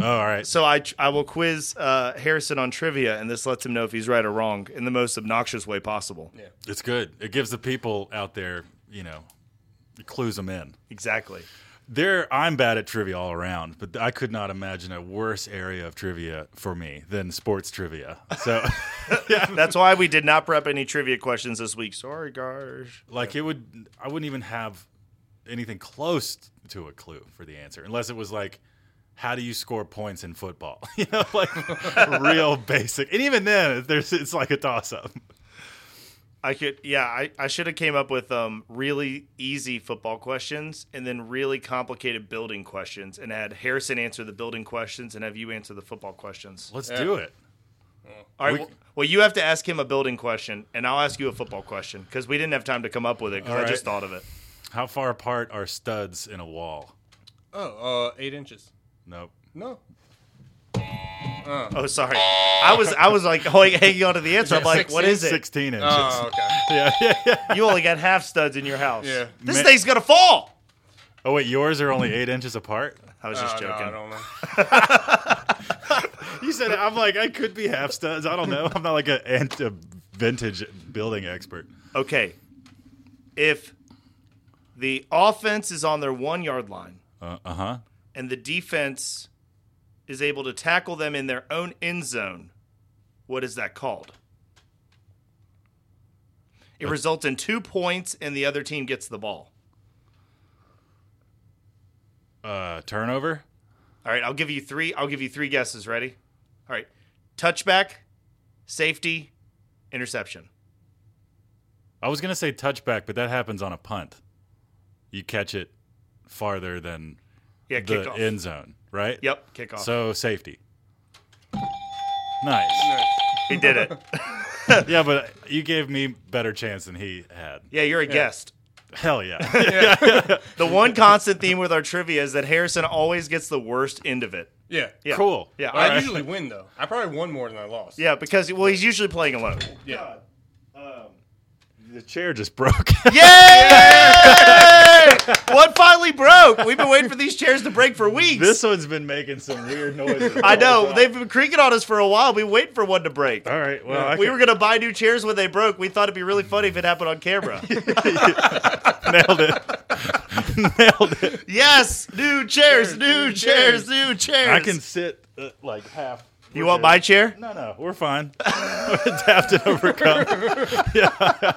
S3: Oh, all right.
S1: So I, I will quiz uh, Harrison on trivia, and this lets him know if he's right or wrong in the most obnoxious way possible.
S2: Yeah.
S3: It's good. It gives the people out there, you know, it clues them in.
S1: Exactly.
S3: There, I'm bad at trivia all around, but I could not imagine a worse area of trivia for me than sports trivia. So,
S1: That's why we did not prep any trivia questions this week. Sorry, guys.
S3: like, it would, I wouldn't even have anything close to a clue for the answer, unless it was like, how do you score points in football? you know, like real basic. And even then, there's it's like a toss up.
S1: I could, yeah, I, I should have came up with um, really easy football questions and then really complicated building questions and had Harrison answer the building questions and have you answer the football questions.
S3: Let's do it.
S1: All right.
S3: we-
S1: well, well, you have to ask him a building question and I'll ask you a football question because we didn't have time to come up with it because
S3: All
S1: I
S3: right.
S1: just thought of it.
S3: How far apart are studs in a wall?
S2: Oh, uh, eight inches.
S3: Nope.
S2: No.
S1: Oh, sorry. I was I was like hang- hanging on to the answer. I'm like, what is it? Uh.
S3: 16 inches.
S2: Oh, okay.
S3: yeah, yeah, yeah.
S1: You only got half studs in your house.
S2: Yeah.
S1: This
S3: Ma-
S1: thing's gonna fall.
S3: Oh wait, yours are only eight inches apart.
S1: I was just
S2: Oh, no,
S1: joking.
S2: I don't know.
S3: You said I'm like I could be half studs. I don't know. I'm not like a, ant- a vintage building expert.
S1: Okay. If the offense is on their one yard line
S3: Uh huh.
S1: and the defense is able to tackle them in their own end zone, what is that called? It results in two points and the other team gets the ball.
S3: Uh, turnover.
S1: All right, I'll give you three. I'll give you three guesses. Ready? All right, touchback, safety, interception.
S3: I was gonna say touchback, but that happens on a punt. You catch it farther than
S1: Yeah,
S3: the
S1: kickoff.
S3: end zone, right?
S1: Yep, kickoff.
S3: So safety. Nice.
S1: he did it.
S3: Yeah, but you gave me better chance than he had.
S1: Yeah, you're a guest.
S3: Hell yeah.
S1: The one constant theme with our trivia is that Harrison always gets the worst end of it.
S2: Yeah.
S1: Yeah.
S3: Cool.
S1: Yeah.
S2: I
S1: all right.
S2: usually win though. I probably won more than I lost.
S1: Yeah, because well, he's usually playing alone.
S2: Yeah.
S3: The chair just broke.
S1: Yay! One finally broke. We've been waiting for these chairs to break for weeks.
S3: this one's been making some weird noises.
S1: I know they've been creaking on us for a while. We wait for one to break.
S3: All right. Well, I
S1: We
S3: can-
S1: were gonna buy new chairs when they broke. We thought it'd be really funny if it happened on camera.
S3: Nailed it. Nailed it.
S1: Yes, new chairs, new chairs,
S2: chairs.
S1: new chairs.
S3: I can sit uh, like half.
S1: You want my chair?
S3: No, no, we're fine. We're Adapt and overcome. yeah.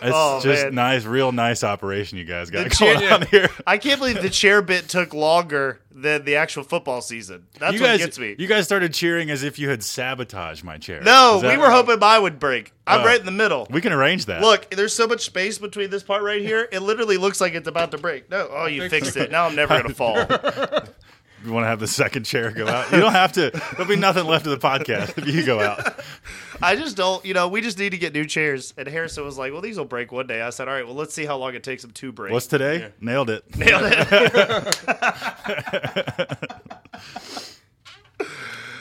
S3: It's
S1: Oh,
S3: just
S1: man.
S3: nice, real nice operation you guys got
S1: The
S3: going
S1: chair-
S3: on here.
S1: I can't believe the chair bit took longer than the actual football season. That's
S3: You
S1: what
S3: guys,
S1: gets me.
S3: you guys started cheering as if you had sabotaged my chair.
S1: no,
S3: Is that-
S1: we were hoping mine would break. I'm
S3: Oh.
S1: right in the middle.
S3: We can arrange that.
S1: Look, there's so much space between this part right here. It literally looks like it's about to break. No, oh, you fixed it. Now I'm never gonna fall.
S3: you want to have the second chair go out. You don't have to. There'll be nothing left of the podcast if you go out.
S1: I just don't. You know, we just need to get new chairs. And Harrison was like, "Well, these will break one day." I said, "All right, well, let's see how long it takes them to break."
S3: What's today? Nailed it.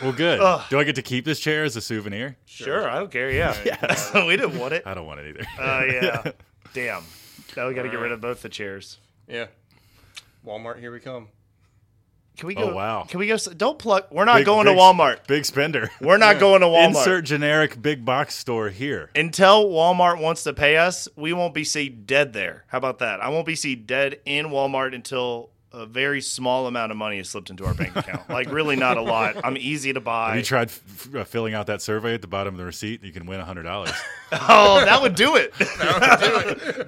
S3: Well, good. Do I get to keep this chair as a souvenir?
S1: sure, I don't care. Yeah, we didn't want it.
S3: I don't want it either.
S1: Oh yeah. Damn. Now we got to get rid of both the chairs.
S2: Yeah. Walmart, here we come.
S1: Can we
S3: Oh,
S1: go?
S3: wow.
S1: Can we go? s- Don't plug. We're not
S3: Big-
S1: going
S3: big-
S1: to Walmart.
S3: Big spender.
S1: We're not going to Walmart.
S3: Insert generic big box store here.
S1: Until Walmart wants to pay us, we won't be seen dead there. How about that? I won't be seen dead in Walmart until a very small amount of money has slipped into our bank account. like really not a lot. I'm easy to buy.
S3: Have you tried f- f- filling out that survey at the bottom of the receipt? You can win hundred dollars.
S1: oh, that would do it.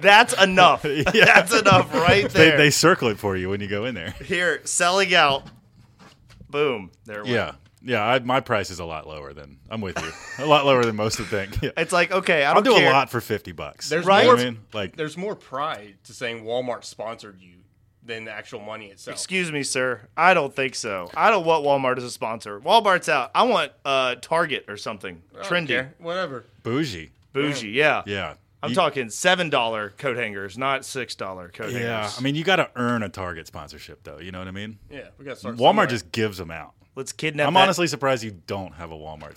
S1: That's enough. That's enough right
S3: they,
S1: there.
S3: they circle it for you when you go in there.
S1: Here, selling out. Boom. There it went.
S3: Yeah, yeah. I, my price is a lot lower than I'm with you. a lot lower than most would think. Yeah.
S1: It's like, okay, I
S3: I'll
S1: don't
S3: do
S1: care.
S3: a lot for fifty bucks.
S2: There's
S3: You know
S1: more-
S3: what I mean? Like
S2: There's more pride to saying Walmart sponsored you than the actual money itself.
S1: Excuse me, sir. I don't think so. I don't want Walmart as a sponsor. Walmart's out. I want uh, Target or something.
S2: I don't
S1: Trendy.
S2: care. whatever.
S3: bougie.
S1: Bougie, yeah.
S3: Yeah.
S1: I'm
S3: You-
S1: talking seven dollar coat hangers, not six dollar coat
S3: Yeah,
S1: hangers.
S3: I mean, you got to earn a Target sponsorship, though. You know what I mean?
S2: Yeah, we got to start.
S3: Walmart
S2: somewhere.
S3: just gives them out.
S1: let's kidnap.
S3: I'm
S1: that,
S3: honestly surprised you don't have a Walmart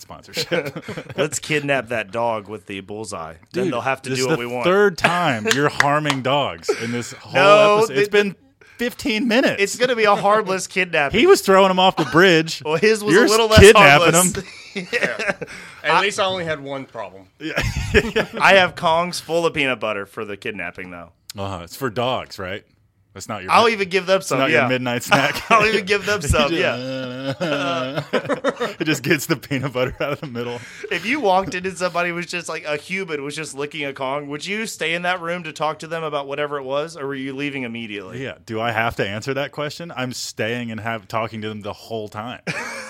S3: sponsorship.
S1: let's kidnap that dog with the bullseye. then they'll have to
S3: this
S1: do
S3: is
S1: what
S3: the
S1: we want.
S3: Third time you're harming dogs in this whole
S1: No,
S3: episode. It's
S1: they-
S3: been 15 minutes.
S1: it's gonna be a harmless kidnapping.
S3: he was throwing them off the bridge.
S1: well, his was
S3: You're
S1: a little less
S3: kidnapping
S1: harmless.
S3: them.
S2: At least I only had one problem.
S1: I have Kongs full of peanut butter for the kidnapping, though.
S3: Uh-huh. It's for dogs, right? That's not your.
S1: I'll even give them some.
S3: not
S1: yeah,
S3: your midnight snack.
S1: I'll even give them some. yeah.
S3: it just gets the peanut butter out of the middle.
S1: If you walked in and somebody was just like a human was just licking a Kong, would you stay in that room to talk to them about whatever it was, or were you leaving immediately?
S3: Yeah. Do I have to answer that question? I'm staying and have talking to them the whole time.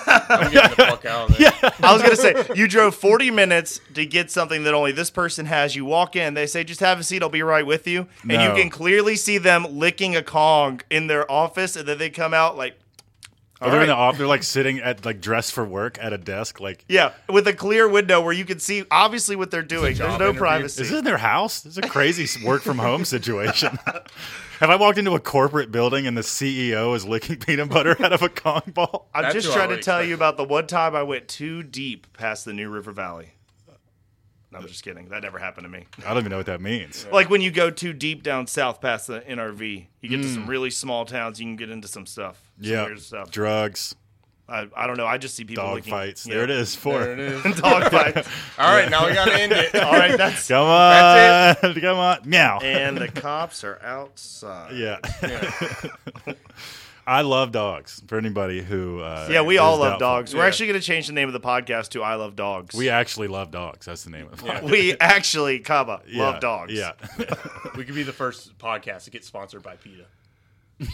S2: I'm getting the fuck out of there.
S1: I was gonna say you drove 40 minutes to get something that only this person has. You walk in, they say, "Just have a seat. I'll be right with you," and
S3: No.
S1: you can clearly see them licking a Kong in their office, and then they come out like,
S3: Or
S1: All
S3: they're in
S1: right.
S3: the off. They're like sitting at like dressed for work at a desk. Like,
S1: yeah, with a clear window where you can see obviously what they're doing. There's
S2: job
S1: no
S2: interview.
S1: privacy.
S3: is this in their house? This is a crazy s- work from home situation. Have I walked into a corporate building and the CEO is licking peanut butter out of a Kong ball?
S1: I'm
S2: That's
S1: just
S2: who I
S1: trying to
S2: would
S1: tell
S2: expect.
S1: you about the one time I went too deep past the New River Valley. No, I'm just kidding. That never happened to me.
S3: I don't even know what that means.
S1: Like when you go too deep down south past the NRV, you get to some really small towns. You can get into some stuff. Some
S3: Mm. Yeah,
S1: weird stuff.
S3: drugs,
S1: I, I don't know. I just see people
S3: dog
S1: uh, looking-
S3: fights.
S1: Yeah.
S3: There it is. Four.
S2: There it is.
S1: dog fights.
S2: All right, now we got to end it.
S1: All right, that's
S3: Come on, come on, meow.
S1: and the cops are outside.
S3: Yeah. I love dogs. For anybody who, uh,
S1: Yeah, we
S3: is
S1: all love
S3: doubtful.
S1: dogs. We're
S2: Yeah.
S1: actually going to change the name of the podcast to "I Love Dogs."
S3: We actually love dogs. That's the name of the podcast.
S1: we actually, comma,
S3: Yeah,
S1: love dogs.
S3: Yeah,
S2: We could be the first podcast to get sponsored by PETA.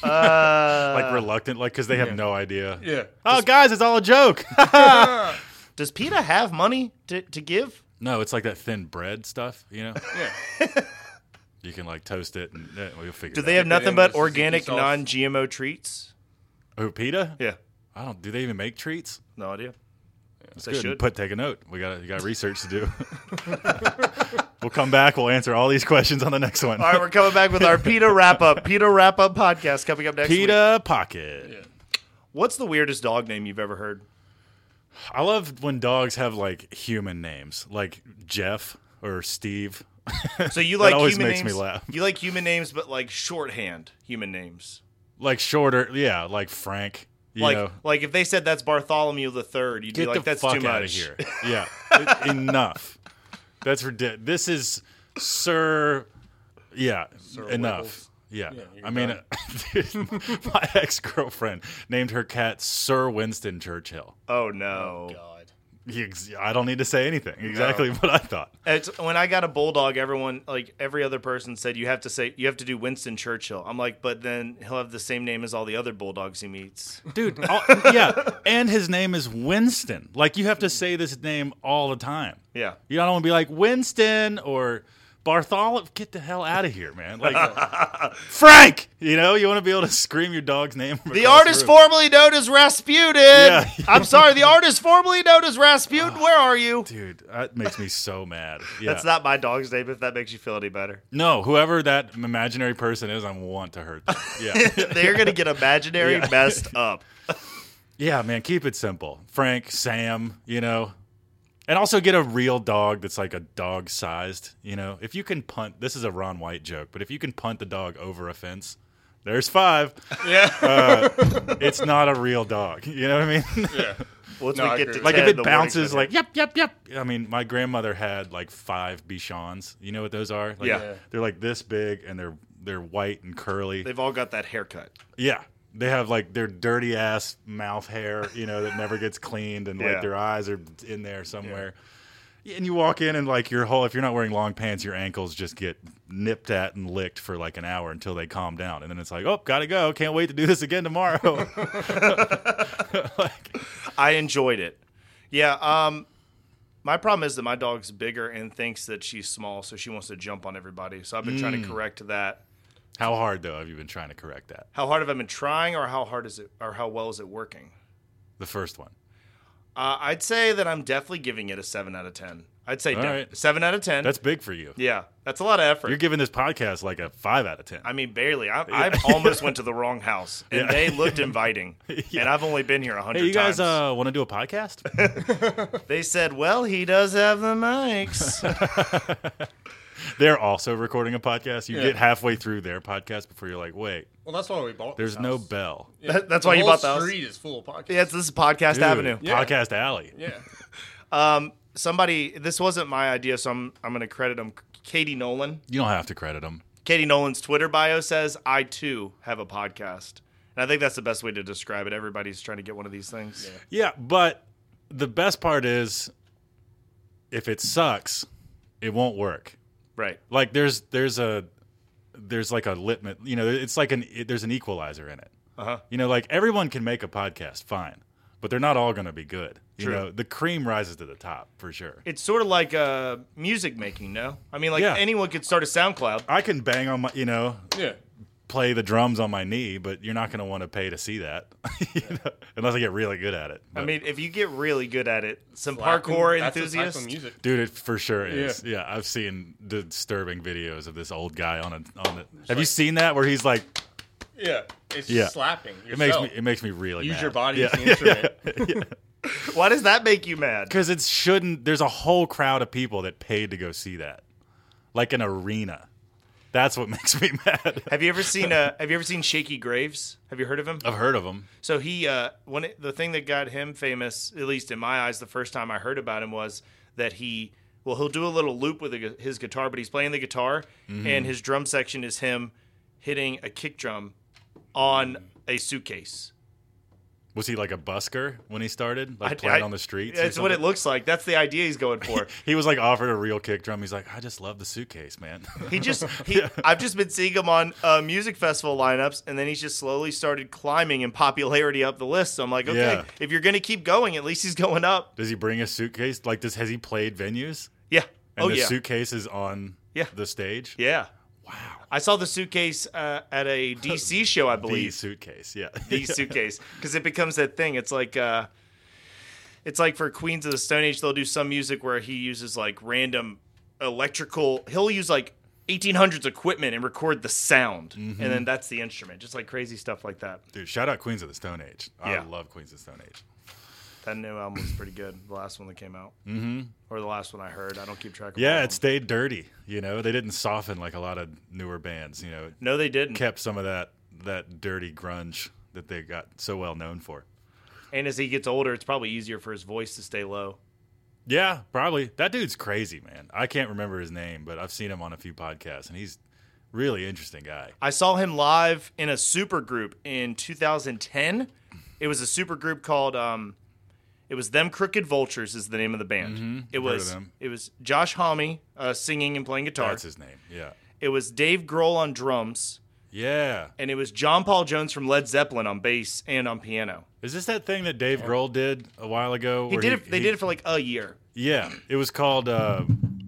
S1: Uh,
S3: like reluctant, like because they have no idea.
S2: Yeah.
S3: Oh, guys, it's all a joke.
S1: does PETA have money to, to give?
S3: no, it's like that thin bread stuff. You know,
S2: Yeah.
S3: you can like toast it, and uh, we'll figure.
S1: Do
S3: it
S1: they have
S3: out.
S1: nothing but
S2: Suzuki
S1: organic,
S2: sauce.
S1: non-GMO treats?
S3: Who pita?
S1: Yeah,
S3: I don't. Do they even make treats?
S1: no idea.
S3: That's
S1: They
S3: good.
S1: should.
S3: Put take a note. We got we got research to do. we'll come back. We'll answer all these questions on the next one.
S1: All right, we're coming back with our PETA wrap up. PETA wrap up podcast coming up next. week.
S3: Pita pocket.
S1: What's the weirdest dog name you've ever heard?
S3: I love when dogs have like human names, like Jeff or Steve.
S1: So you like
S3: always
S1: human
S3: makes me
S1: names?
S3: laugh.
S1: You like human names, but like shorthand human names.
S3: like shorter, yeah, like Frank. You
S1: Like
S3: know,
S1: like if they said that's Bartholomew the Third, you'd
S3: get
S1: be like,
S3: the
S1: that's
S3: fuck
S1: too much.
S3: out of here. Yeah, it- enough. That's ridiculous. This is Sir. Yeah, enough.
S2: Wiggles.
S3: Yeah,
S2: you're
S3: I mean,
S2: done.
S3: dude, my ex girlfriend named her cat Sir Winston Churchill.
S1: Oh no.
S2: God.
S3: Ex- I don't need to say anything. Exactly what I thought.
S1: It's, when I got a bulldog, everyone like every other person said you have to say you have to do Winston Churchill. I'm like, but then he'll have the same name as all the other bulldogs he meets.
S3: dude. all- yeah, and his name is Winston. Like you have to say this name all the time.
S1: Yeah.
S3: You don't want to be like Winston or Bartholomew. Get the hell out of here, man. Like Frank. You know, you want to be able to scream your dog's name. from
S1: The
S3: across
S1: artist
S3: room.
S1: formerly known as Rasputin.
S3: Yeah.
S1: I'm sorry, the artist formerly known as Rasputin. Where are you?
S3: Dude, that makes me so mad. Yeah.
S1: That's not my dog's name. If that makes you feel any better,
S3: no, whoever that imaginary person is, I want to hurt them. Yeah.
S1: they're gonna get imaginary messed up.
S3: yeah, man, keep it simple. Frank, Sam, you know. And also get a real dog that's like a dog sized, you know. If you can punt, this is a Ron White joke, but if you can punt the dog over a fence, there's five. Uh,
S2: Yeah.
S3: it's not a real dog. You know what I mean?
S2: yeah.
S1: Once
S2: No, I
S1: we get
S2: agree.
S1: to
S3: like
S1: 10,
S3: if
S1: the warning's
S3: it bounces,
S1: gonna
S3: like yep, yep, yep. I mean, my grandmother had like five Bichons. You know what those are? Like,
S1: Yeah.
S3: they're like this big and they're They're white and curly.
S1: They've all got that haircut.
S3: yeah, they have like their dirty ass mouth hair, you know, that never gets cleaned, and
S1: Yeah.
S3: like their eyes are in there somewhere. Yeah, And you walk in and like your whole if you're not wearing long pants, your ankles just get nipped at and licked for like an hour until they calm down, and then it's like, oh, gotta go, can't wait to do this again tomorrow. like,
S1: I enjoyed it. Yeah. Um, my problem is that my dog's bigger and thinks that she's small, so she wants to jump on everybody. So I've been trying to
S3: Hmm.
S1: correct that.
S3: how hard though have you been trying to correct that?
S1: How hard have I been trying, or how hard is it, or how well is it working?
S3: The first one.
S1: Uh, I'd say that I'm definitely giving it a seven out of ten. I'd say
S3: All
S1: def-
S3: right.
S1: seven out of ten.
S3: That's big for you.
S1: yeah, that's a lot of effort.
S3: You're giving this podcast like a five out of ten.
S1: I mean, barely. I, I almost went to the wrong house, and
S3: Yeah.
S1: they looked inviting. And I've only been here a hundred
S3: Hey, you
S1: times.
S3: guys uh, want to do a podcast?
S1: they said, "Well, he does have the mics."
S3: They're also recording a podcast. You get halfway through their podcast before you're like, wait,
S2: Well, that's why we bought.
S3: there's
S2: this
S3: no
S2: house.
S3: bell.
S2: Yeah.
S1: That- that's
S2: the
S1: why you
S2: whole
S1: bought the house.
S2: Street is full of podcasts.
S1: yeah, it's this is Podcast
S3: Dude,
S1: Avenue.
S2: Yeah.
S3: Podcast Alley.
S2: Yeah.
S1: somebody this wasn't my idea so i'm i'm going to credit them katie nolan
S3: You don't have to credit them.
S1: katie nolan's twitter bio says i too have a podcast and i think that's the best way to describe it everybody's trying to get one of these things
S3: Yeah, but the best part is if it sucks, it won't work.
S1: right
S3: Like there's there's a there's like a litmus, you know, it's like an it, there's an equalizer in it.
S1: Uh-huh.
S3: You know, like everyone can make a podcast, fine, but they're not all going to be good. You
S1: True.
S3: know, the cream rises to the top for sure.
S1: it's sort of like uh, music making no i mean like
S3: Yeah.
S1: anyone could start a soundcloud
S3: I can bang on my, you know,
S2: Yeah.
S3: play the drums on my knee, but you're not going to want to pay to see that You know, unless I get really good at it.
S1: i
S3: But,
S1: mean if you get really good at it some
S2: Black-
S1: parkour
S2: that's the type of
S1: enthusiast
S2: music.
S3: dude, it for sure is.
S2: Yeah.
S3: Yeah, I've seen disturbing videos of this old guy on a on. A, have you seen that where he's like?
S2: Yeah. It's
S3: Yeah.
S2: slapping.
S3: It makes
S2: yourself.
S3: me it makes me really
S2: Use
S3: mad.
S2: your body
S3: Yeah.
S2: as an instrument.
S1: why does that make you mad
S3: Because it shouldn't. There's a whole crowd of people that paid to go see that, like an arena. That's what makes me mad.
S1: have you ever seen uh, have you ever seen shaky graves have you heard of him
S3: I've heard of them.
S1: So he, uh, when it, the thing that got him famous, at least in my eyes, the first time I heard about him was that he, well, he'll do a little loop with the, gu- his guitar, but he's playing the guitar,
S3: Mm-hmm.
S1: and his drum section is him hitting a kick drum on a suitcase.
S3: Was he like a busker when he started, like
S1: I-
S3: playing
S1: I-
S3: on the streets? or
S1: That's what
S3: something?
S1: it looks like. That's the idea he's going for.
S3: He was like offered a real kick drum. He's like, I just love the suitcase, man.
S1: He just, he, I've just been seeing him on uh, music festival lineups, and then he's just slowly started climbing in popularity up the list. So I'm like, okay,
S3: Yeah.
S1: if you're going to keep going, at least he's going up.
S3: Does he bring a suitcase? Like, does has he played venues?
S1: Yeah.
S3: And
S1: oh,
S3: the
S1: yeah.
S3: suitcase is on
S1: Yeah.
S3: the stage.
S1: yeah.
S3: Wow.
S1: I saw the suitcase uh, at a DC show, I
S3: The
S1: believe.
S3: suitcase. Yeah.
S1: The suitcase, because it becomes that thing. It's like uh, it's like for Queens of the Stone Age, they'll do some music where he uses like random electrical. He'll use like 1800s equipment and record the sound, and
S3: Mm-hmm.
S1: then that's the instrument. Just like crazy stuff like that.
S3: Dude, shout out Queens of the Stone Age.
S1: Yeah.
S3: I love Queens of the Stone Age.
S1: That new album was pretty good. The last one that came out, mm-hmm. or the last one I heard. I don't keep track. of all
S3: Yeah,
S1: of
S3: it
S1: them.
S3: stayed dirty. You know, they didn't soften like a lot of newer bands. You know, it
S1: no, they didn't.
S3: kept some of that that dirty grunge that they got so well known for.
S1: And as he gets older, it's probably easier for his voice to stay low.
S3: Yeah, probably. That dude's crazy, man. I can't remember his name, but I've seen him on a few podcasts, and he's really interesting guy.
S1: I saw him live in a super group in 2010. It was a super group called um, it was them Crooked Vultures is the name of the band. It
S3: Mm-hmm. Heard of
S1: was
S3: them.
S1: it was Josh Homme uh, singing and playing guitar.
S3: That's his name. Yeah.
S1: It was Dave Grohl on drums,
S3: Yeah.
S1: and it was John Paul Jones from Led Zeppelin on bass and on piano.
S3: Is this that thing that Dave Grohl did a while ago?
S1: He
S3: where
S1: did it, they did it for like a year.
S3: Yeah, it was called uh,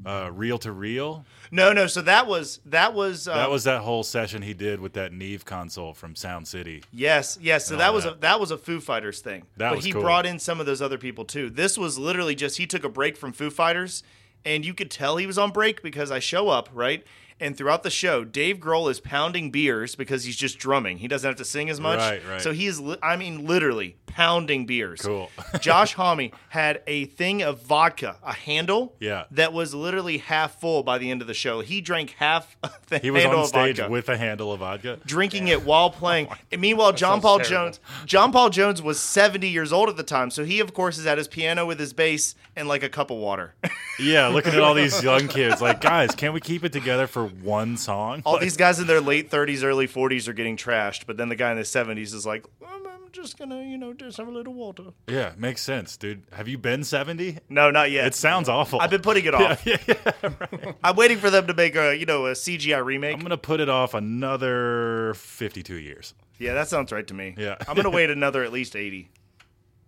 S3: uh, Reel to Reel.
S1: No, no. So that was that was uh,
S3: That was that whole session he did with that Neve console from Sound City.
S1: Yes, yes. So that
S3: all
S1: was
S3: that.
S1: a that was a Foo Fighters thing.
S3: That
S1: but
S3: was
S1: he
S3: cool.
S1: brought in some of those other people too. This was literally just he took a break from Foo Fighters, and you could tell he was on break because I show up right, and throughout the show, Dave Grohl is pounding beers because he's just drumming. He doesn't have to sing as much.
S3: Right, right.
S1: So he is, li- I mean, literally pounding beers.
S3: Cool.
S1: Josh Homme had a thing of vodka, a handle,
S3: Yeah.
S1: that was literally half full by the end of the show. He drank half the
S3: He was
S1: handle
S3: on
S1: of
S3: stage
S1: vodka
S3: with a handle of vodka.
S1: drinking it
S3: Oh
S1: while playing. And meanwhile, John
S2: sounds
S1: Paul
S2: terrible.
S1: Jones, John Paul Jones was 70 years old at the time, so he of course is at his piano with his bass and like a cup of water.
S3: Yeah, looking at all these young kids, like guys, can we keep it together for for one song.
S1: All
S3: Like,
S1: these guys in their late 30s, early 40s are getting trashed, but then the guy in his 70s is like, I'm, I'm just gonna, you know, just have a little water.
S3: yeah, makes sense, dude. Have you been seventy?
S1: No, not yet.
S3: It sounds awful.
S1: I've been putting it off.
S3: yeah, yeah.
S1: I'm waiting for them to make a, you know, a CGI remake.
S3: I'm gonna put it off another fifty-two years.
S1: yeah, that sounds right to me.
S3: Yeah.
S1: I'm gonna wait another at least 80.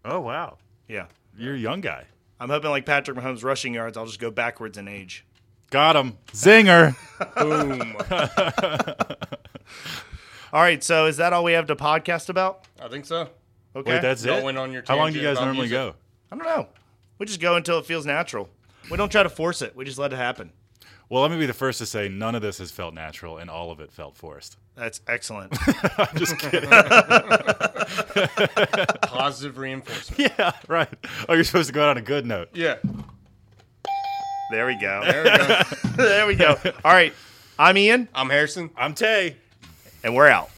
S3: Oh wow,
S1: Yeah.
S3: you're a young guy.
S1: I'm hoping like Patrick Mahomes rushing yards, I'll just go backwards in age.
S3: Got him, zinger.
S2: Boom.
S1: All right, so is that all we have to podcast about?
S2: I think so.
S1: Okay.
S3: Wait, that's it.
S2: Going on your
S3: How long do you
S2: tangent
S3: guys
S2: about
S3: normally
S2: music.
S3: go?
S1: I don't know. We just go until it feels natural. We don't try to force it. We just let it happen.
S3: Well, let me be the first to say none of this has felt natural, and all of it felt forced.
S1: That's excellent.
S3: Just kidding.
S2: Positive reinforcement.
S3: yeah, right. Oh, you're supposed to go out on a good note.
S2: yeah.
S1: there we go.
S2: There we go.
S1: there we go. All right. I'm Ian,
S2: I'm Harrison.
S3: I'm Tay.
S1: and we're out.